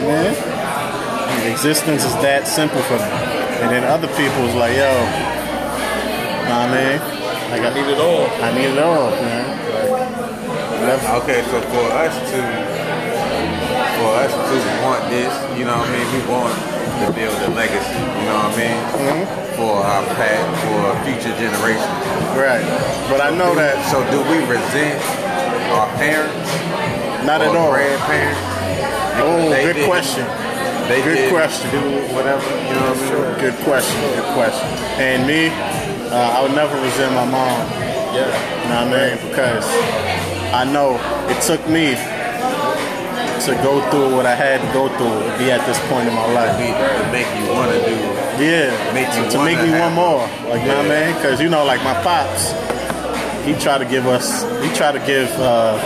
Man. Existence is that simple for them. And then other people is like, yo, nah, man. Like, I need it all. I need it all, man. Okay, so for us to for us to want this, you know what I mean, we want to build a legacy, you know what I mean? For our past, for future generations. Right. But I know that so do we resent our parents? Not or at all. Grandparents. Oh, They good didn't- question. They good didn't question. Do whatever, you know what I mean? Good question. Good question. And me, uh, I would never resent my mom. Yeah. Know what I mean? Because I know it took me to go through what I had to go through to be at this point in my life. To make you want to do. Yeah. Make you to make wanna me have want more. Like, you know what I Yeah. mean? Because, you know, like my pops, he tried to give us, he tried to give uh,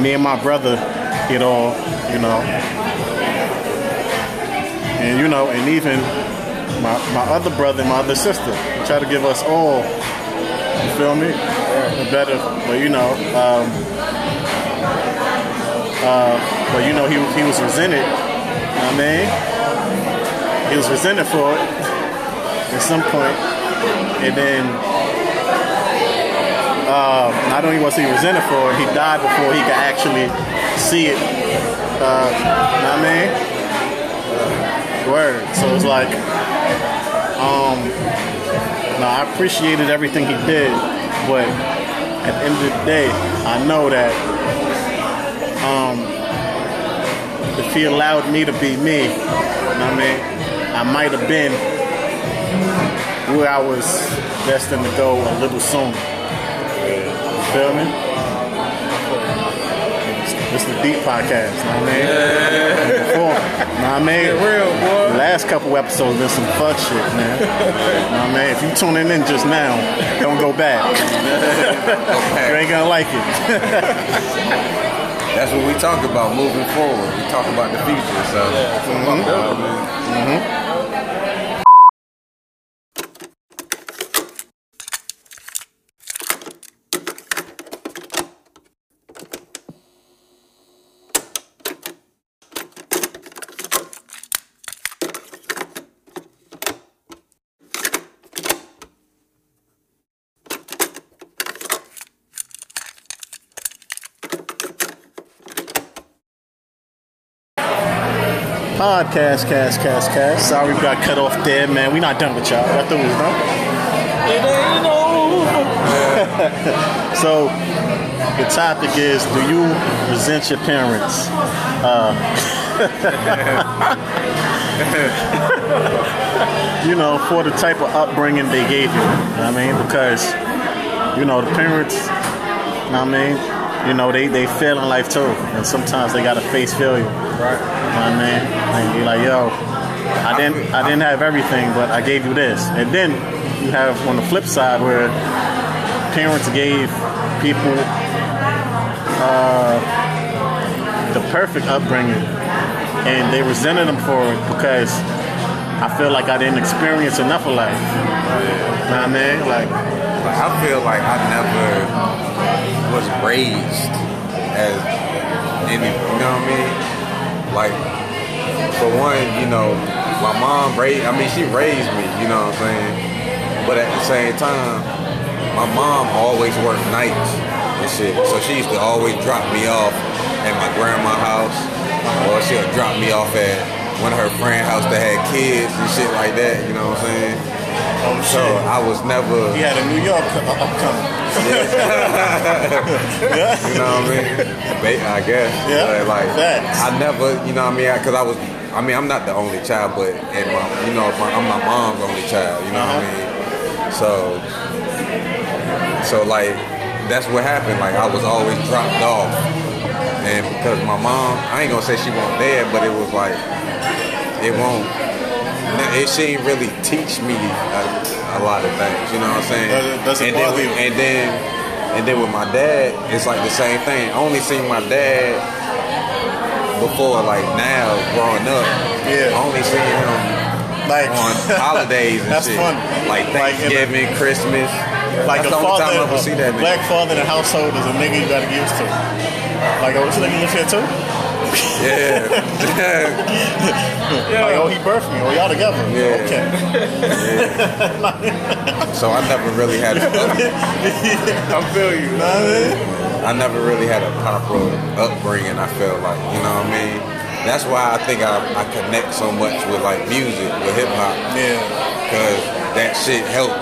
me and my brother it all, you know. And, you know, and even my, my other brother and my other sister, he tried to give us all, you feel me? The better, but, you know, um, uh, but, you know, he, he was resented, you know what I mean? he was resented for it at some point, and then uh, not only was he resented for it, he died before he could actually see it. Uh, know what I mean, word. So it's like, um, no, I appreciated everything he did, but at the end of the day, I know that um, if he allowed me to be me, you know what I mean, I might have been where I was destined to go a little sooner. You feel me? This is the deep podcast, you know what I mean? Before, you know what I mean? real, boy. Last couple episodes been some fuck shit, man. you know what I mean? If you tuning in just now, don't go back. you ain't gonna like it. That's what we talk about moving forward. We talk about the future. So, Mhm. Mhm. Podcast, cast, cast, cast. Sorry we got cut off there, man. We not done with y'all. I thought we was It ain't over. done. so the topic is do you resent your parents? Uh, you know, for the type of upbringing they gave you. know what I mean, because you know, the parents, you know what I mean, you know, they, they fail in life too. And sometimes they gotta face failure. Right. You know what I mean? And be like, yo, I didn't I didn't have everything, but I gave you this. And then you have on the flip side where parents gave people uh, the perfect upbringing, and they resented them for it because I feel like I didn't experience enough of life. Know what I mean? Like. Like, I feel like I never was raised as any, you know what I mean? Like, for one, you know, my mom raised, I mean, she raised me, you know what I'm saying? But at the same time, my mom always worked nights. And shit. So she used to always drop me off at my grandma's house, or she'll drop me off at one of her friend house that had kids and shit like that. You know what I'm saying? so I was never. He had a New York co- upcoming. you know what I mean? Ba- I guess. Yeah, But, like facts. I never, you know what I mean? Because I was, I mean, I'm not the only child, but and my, you know, my, I'm my mom's only child. You know what I mean? So, so like that's what happened. Like I was always dropped off, and because my mom, I ain't gonna say she won't there, but it was like it won't. nah, It, she ain't really teach me a, a lot of things. You know what I'm saying? Does it- does it and then, bother we- you? and then, and then with my dad, it's like the same thing. I only seen my dad before, like now, growing up. Yeah. I only seen him like on holidays and That's shit. funny. Like Thanksgiving, Christmas. Like That's a the only father, time I ever a see that nigga. black father in a household is a nigga you gotta get used to. Like, oh, this nigga live here too? Yeah. Like, oh, he birthed me. Oh, y'all together. Yeah. Okay. so I never really had. A, I feel you. I never really had a proper upbringing. I feel like you know what I mean. That's why I think I, I connect so much with like music with hip hop. Yeah. Cause that shit helped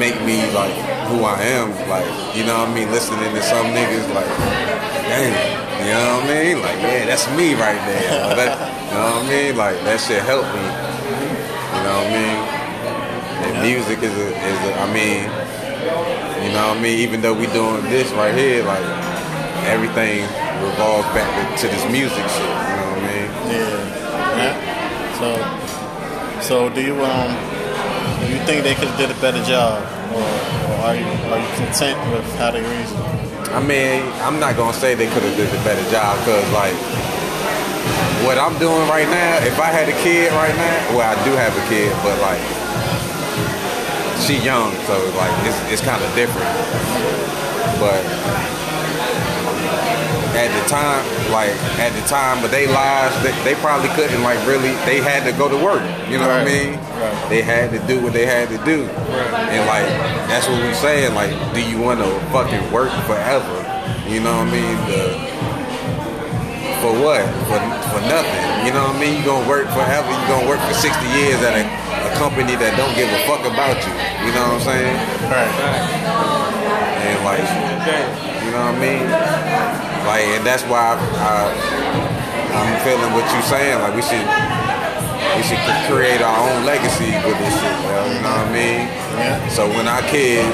make me like who I am. Like you know what I mean. Listening to some niggas like, dang. You know what I mean? Like, yeah, that's me right there. Or that- you know what I mean? Like, that shit helped me. You know what I mean? And music is a, is a, I mean, you know what I mean? Even though we doing this right here, like, everything revolves back to, to this music shit. You know what I mean? Yeah. yeah. So, so do you um, do you think they could have did a better job, or, or are you are you content with how they raised you? I mean, I'm not gonna say they could have did a better job because like what I'm doing right now, if I had a kid right now, well, I do have a kid, but like she young, so like it's it's kind of different. But at the time, like at the time, but they lives, they, they probably couldn't like really. They had to go to work. You know what I mean? They had to do what they had to do, and like that's what we saying. Like, do you want to fucking work forever? You know what I mean? The, for what? For, for nothing. You know what I mean? You gonna work forever. You gonna work for 60 years at a, a company that don't give a fuck about you. You know what I'm saying? Right. And like, you know what I mean? Like, and that's why I, I, I'm feeling what you saying. Like, we should we should cr- create our own legacy with this shit. yo, You know what I mean? So when our kids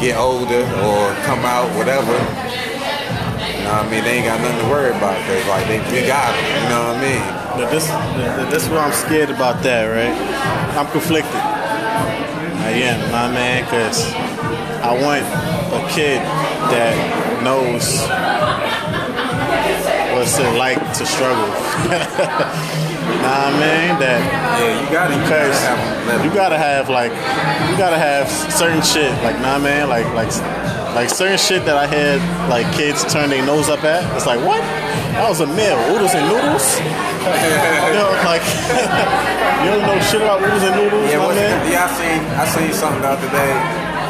get older or come out, whatever, you know what I mean? They ain't got nothing to worry about because, like, they, we got it. You know what I mean? Now this now this is what I'm scared about that, right? I'm conflicted. I am, my man, because I want a kid that knows what's it like to struggle. nah, man, that yeah, you gotta because you gotta have like you gotta have certain shit like nah, man, like like like certain shit that I had like kids turn their nose up at. It's like what? That was a meal, oodles and noodles. you know, like you don't know shit about oodles and noodles, Yeah, my what's- man. yeah, I seen, I seen something the other day.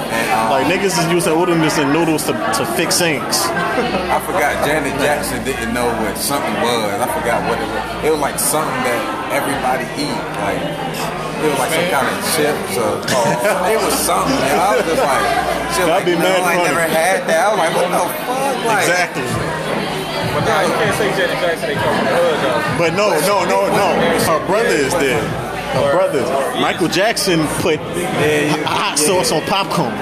And, um, Like niggas is using oodles and noodles to, to fix sinks. I forgot Janet Jackson didn't know what something was. I forgot what it was. It was like something that everybody eat. Like it was like some kind of chips or or- it was something. And I was just like, she was like, no, I ain't never had that. I was like, what the fuck? Like, exactly. But nah, you can't say Janet Jackson ain't come from the hood though. But no, no, no, no. Her brother is there. Her brother. Michael Jackson put hot sauce on popcorn.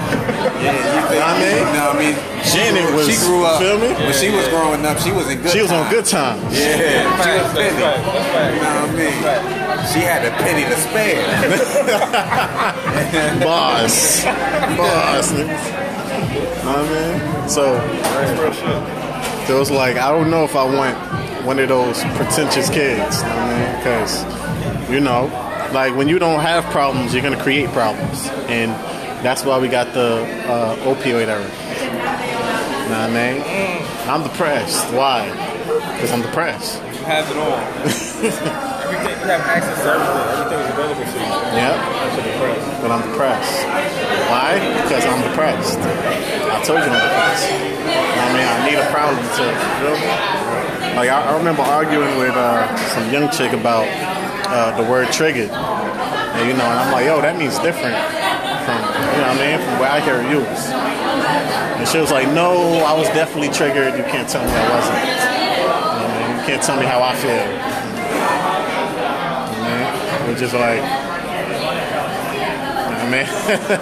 You think- I mean? you know what I mean? Janet was- She grew up. feel me? When she was growing up, she was in good. She was on Times. good times. Yeah, she was Philly. You know what I mean? She had a penny to spare. Boss. Boss. You know what I mean? So, so it's like, I don't know if I want one of those pretentious kids. You know what I mean? Because, you know, like when you don't have problems, you're going to create problems. And that's why we got the uh, opioid era. You know what I mean? I'm depressed. Why? Because I'm depressed. You have it all. everything you have access to everything. Everything's available to you. Yep. But I'm depressed. Why? Because because I'm depressed. I told you I'm depressed. You know what I mean, I need a problem to fulfill. me. Like I, I remember arguing with uh, some young chick about uh, the word triggered, and you know, and I'm like, yo, that means different from you know what I mean from what I hear used. And she was like, no, I was definitely triggered. You can't tell me I wasn't. You, know what I mean? you can't tell me how I feel. You know what I mean? Which is like, I mean, you know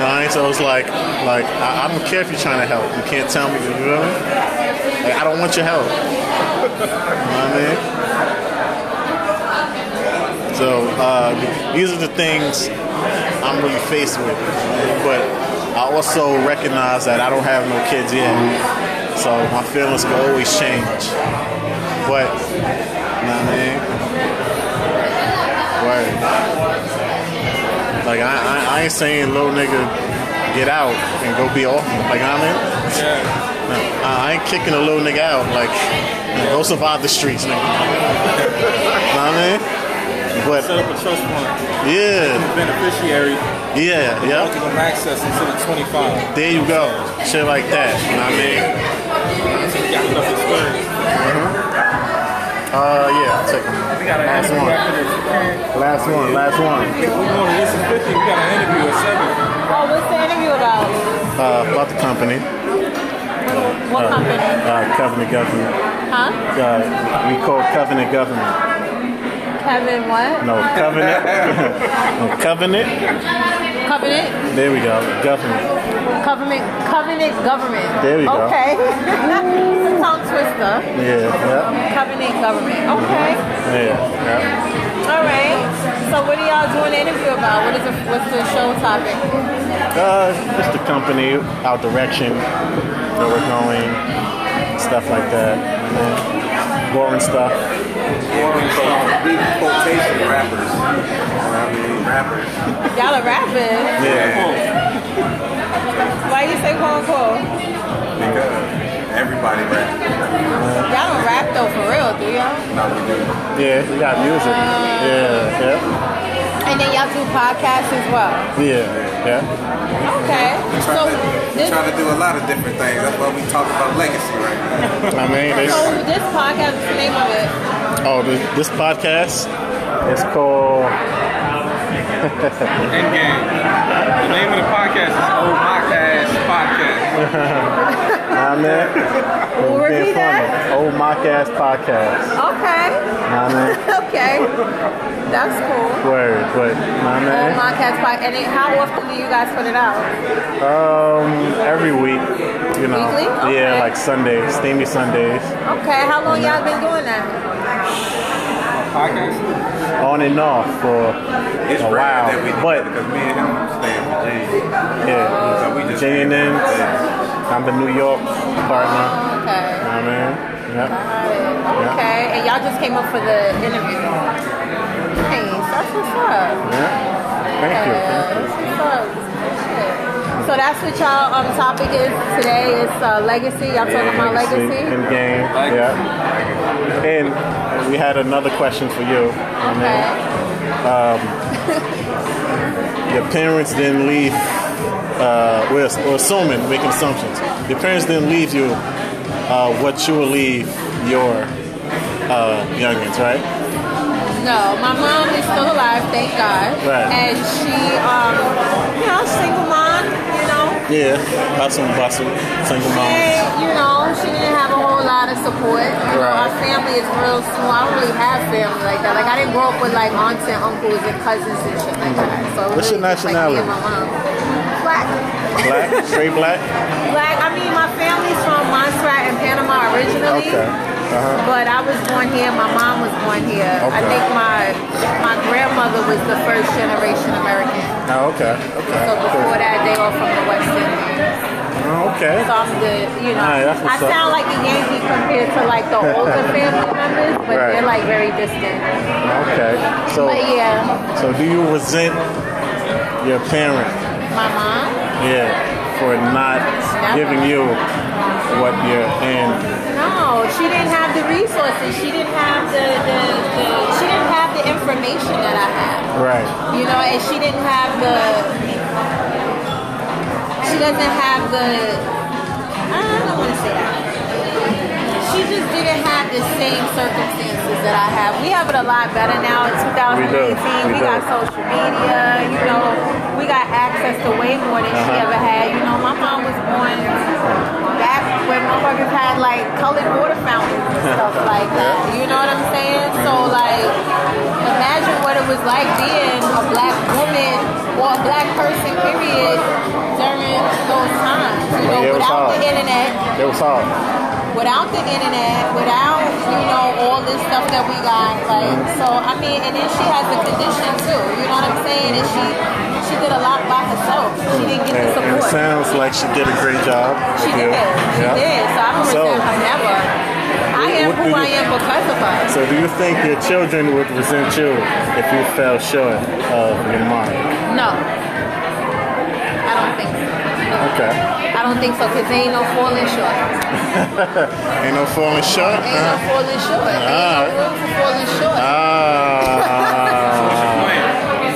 what I mean? so it's like, like I, I don't care if you're trying to help. You can't tell me, you know? Like, I don't want your help. You know what I mean? So uh, these are the things I'm really faced with, but I also recognize that I don't have no kids yet, so my feelings can always change. But, you know what I mean? Word. Like I, I, I ain't saying little nigga get out and go be off. Like I mean, No, I, I ain't kicking a little nigga out. Like go survive the streets, nigga. know what I mean? But Set up a trust fund. yeah, Beneficiary. yeah, yeah. Give them access until the 25. There you go. Shit like that. You know what I mean? Mhm. Uh, yeah, I'll take it. Last one. Last one, last one. Oh, what's the interview about? Uh, about the company. What company? Uh, Covenant Government. Huh? Uh, we call it Covenant Government. Kevin what? No, Covenant. no, Covenant. Covenant? There we go. Government. Covenant, covenant government. There you go. Okay. It's a tongue twister. Yeah, Covenant government. Okay. yeah, yeah. yeah. All right. So what are y'all doing the interview about? What is the, what's the show topic? Uh, just the company, our direction, where we're going, stuff like that. You know, boring stuff. Big quotation rappers. I mean, rappers. Y'all are rapping. Yeah. Why you say quote unquote? Because everybody raps. Y'all don't rap though for real, do y'all? Not we do. Yeah, we got music. Yeah, And then y'all do podcasts as well. yeah, yeah, yeah. Okay. So We this, try to do a lot of different things. That's why we talk about legacy right now. I mean, so this, this podcast, what's the name of it? oh, this, this podcast is called. Endgame. The name of the podcast is Old Mock Ass Podcast. I mean, We'll being repeat funny. Old mock ass podcast. Okay. I mean, okay. That's cool. Oh, word, word. I mean. Old podcast podcast. And it, how often do you guys put it out? Um, every week, you know. Weekly? Yeah, Okay. like Sundays, steamy Sundays, Okay. How long y'all been doing that? on and off for It's a rare while. that we do but because me and him stay in Virginia. So we yeah, just- JNN. I'm the New York partner. Okay. You know what I mean, yeah. Okay, and y'all just came up for the interview. Nice, that's what's up. yeah. Thank you. Yeah, that's what's up. Shit. So that's what y'all um, topic is today. It's uh, legacy. Y'all talking about legacy. In game, yeah. And we had another question for you. I mean, Um, your parents didn't leave. Uh, we're, we're assuming, making assumptions. Your parents didn't leave you uh, what you will leave your uh, youngins, right? No, my mom is still alive, thank God. Right. And she, um, you know, single mom. You know, Yeah, hustle and bustle, single moms. and, you know, she didn't have a whole lot of support. You know, our Right. family is real small. I don't really have family like that. Like I didn't grow up with like aunts and uncles and cousins and shit like that. So it What's your really just, like, me and my mom. Black. Black, straight black. Black. I mean, my family's from Montserrat and Panama originally. Okay. Uh huh. But I was born here. My mom was born here. I Okay. think my my grandmother was the first generation American. Oh, okay. Okay. So before that, they were from the West Indies. Oh, okay. So I'm good. You know, Alright, that's I what's up. sound like a Yankee compared to like the older family members, but Right. they're like very distant. Okay. So. but yeah, So do you resent your parent, my mom. yeah, for not giving you what you're in? No, she didn't have the resources. She didn't have the, the, the she didn't have the information that I have. Right. You know, and she didn't have the doesn't have the. I don't want to say that. She just didn't have the same circumstances that I have. We have it a lot better now in 2018. do. We We, do. got social media. You know, we got access to way more than she Uh-huh. ever had. You know, my mom was born back when motherfuckers had like colored water fountains and stuff like that. You know what I'm saying? So like, imagine what it was like being a black woman or a black person, period, during those times. You know, Yeah, it was without the hard. internet, It was hard. without the internet, without you know all this stuff that we got. Like so, I mean, and then she has the condition too. You know what I'm saying? And she she did a lot by herself. She didn't get the And, and it support. sounds like she did a great job. She Yeah. did. She Yeah. did. So I don't So- resent her never. I What- am what who do I you- am because of her. So, do you think your children would resent you if you fell short of your mark? No. I don't think so. Okay. I don't think so because ain't no falling short. Ain't no falling short. Ain't no huh? falling short. Ain't no Ah. room for falling short. Ah.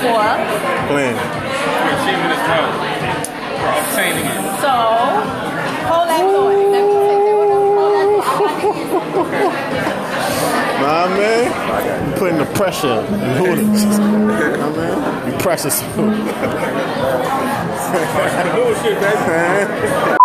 For Plan. achieving this goal. For obtaining it. So, hold that thought. Let me take that one up. Hold that thought. I gotta get- Nah, man. You putting the pressure and hooters. Nah, man. You pressure some. Bullshit, baby.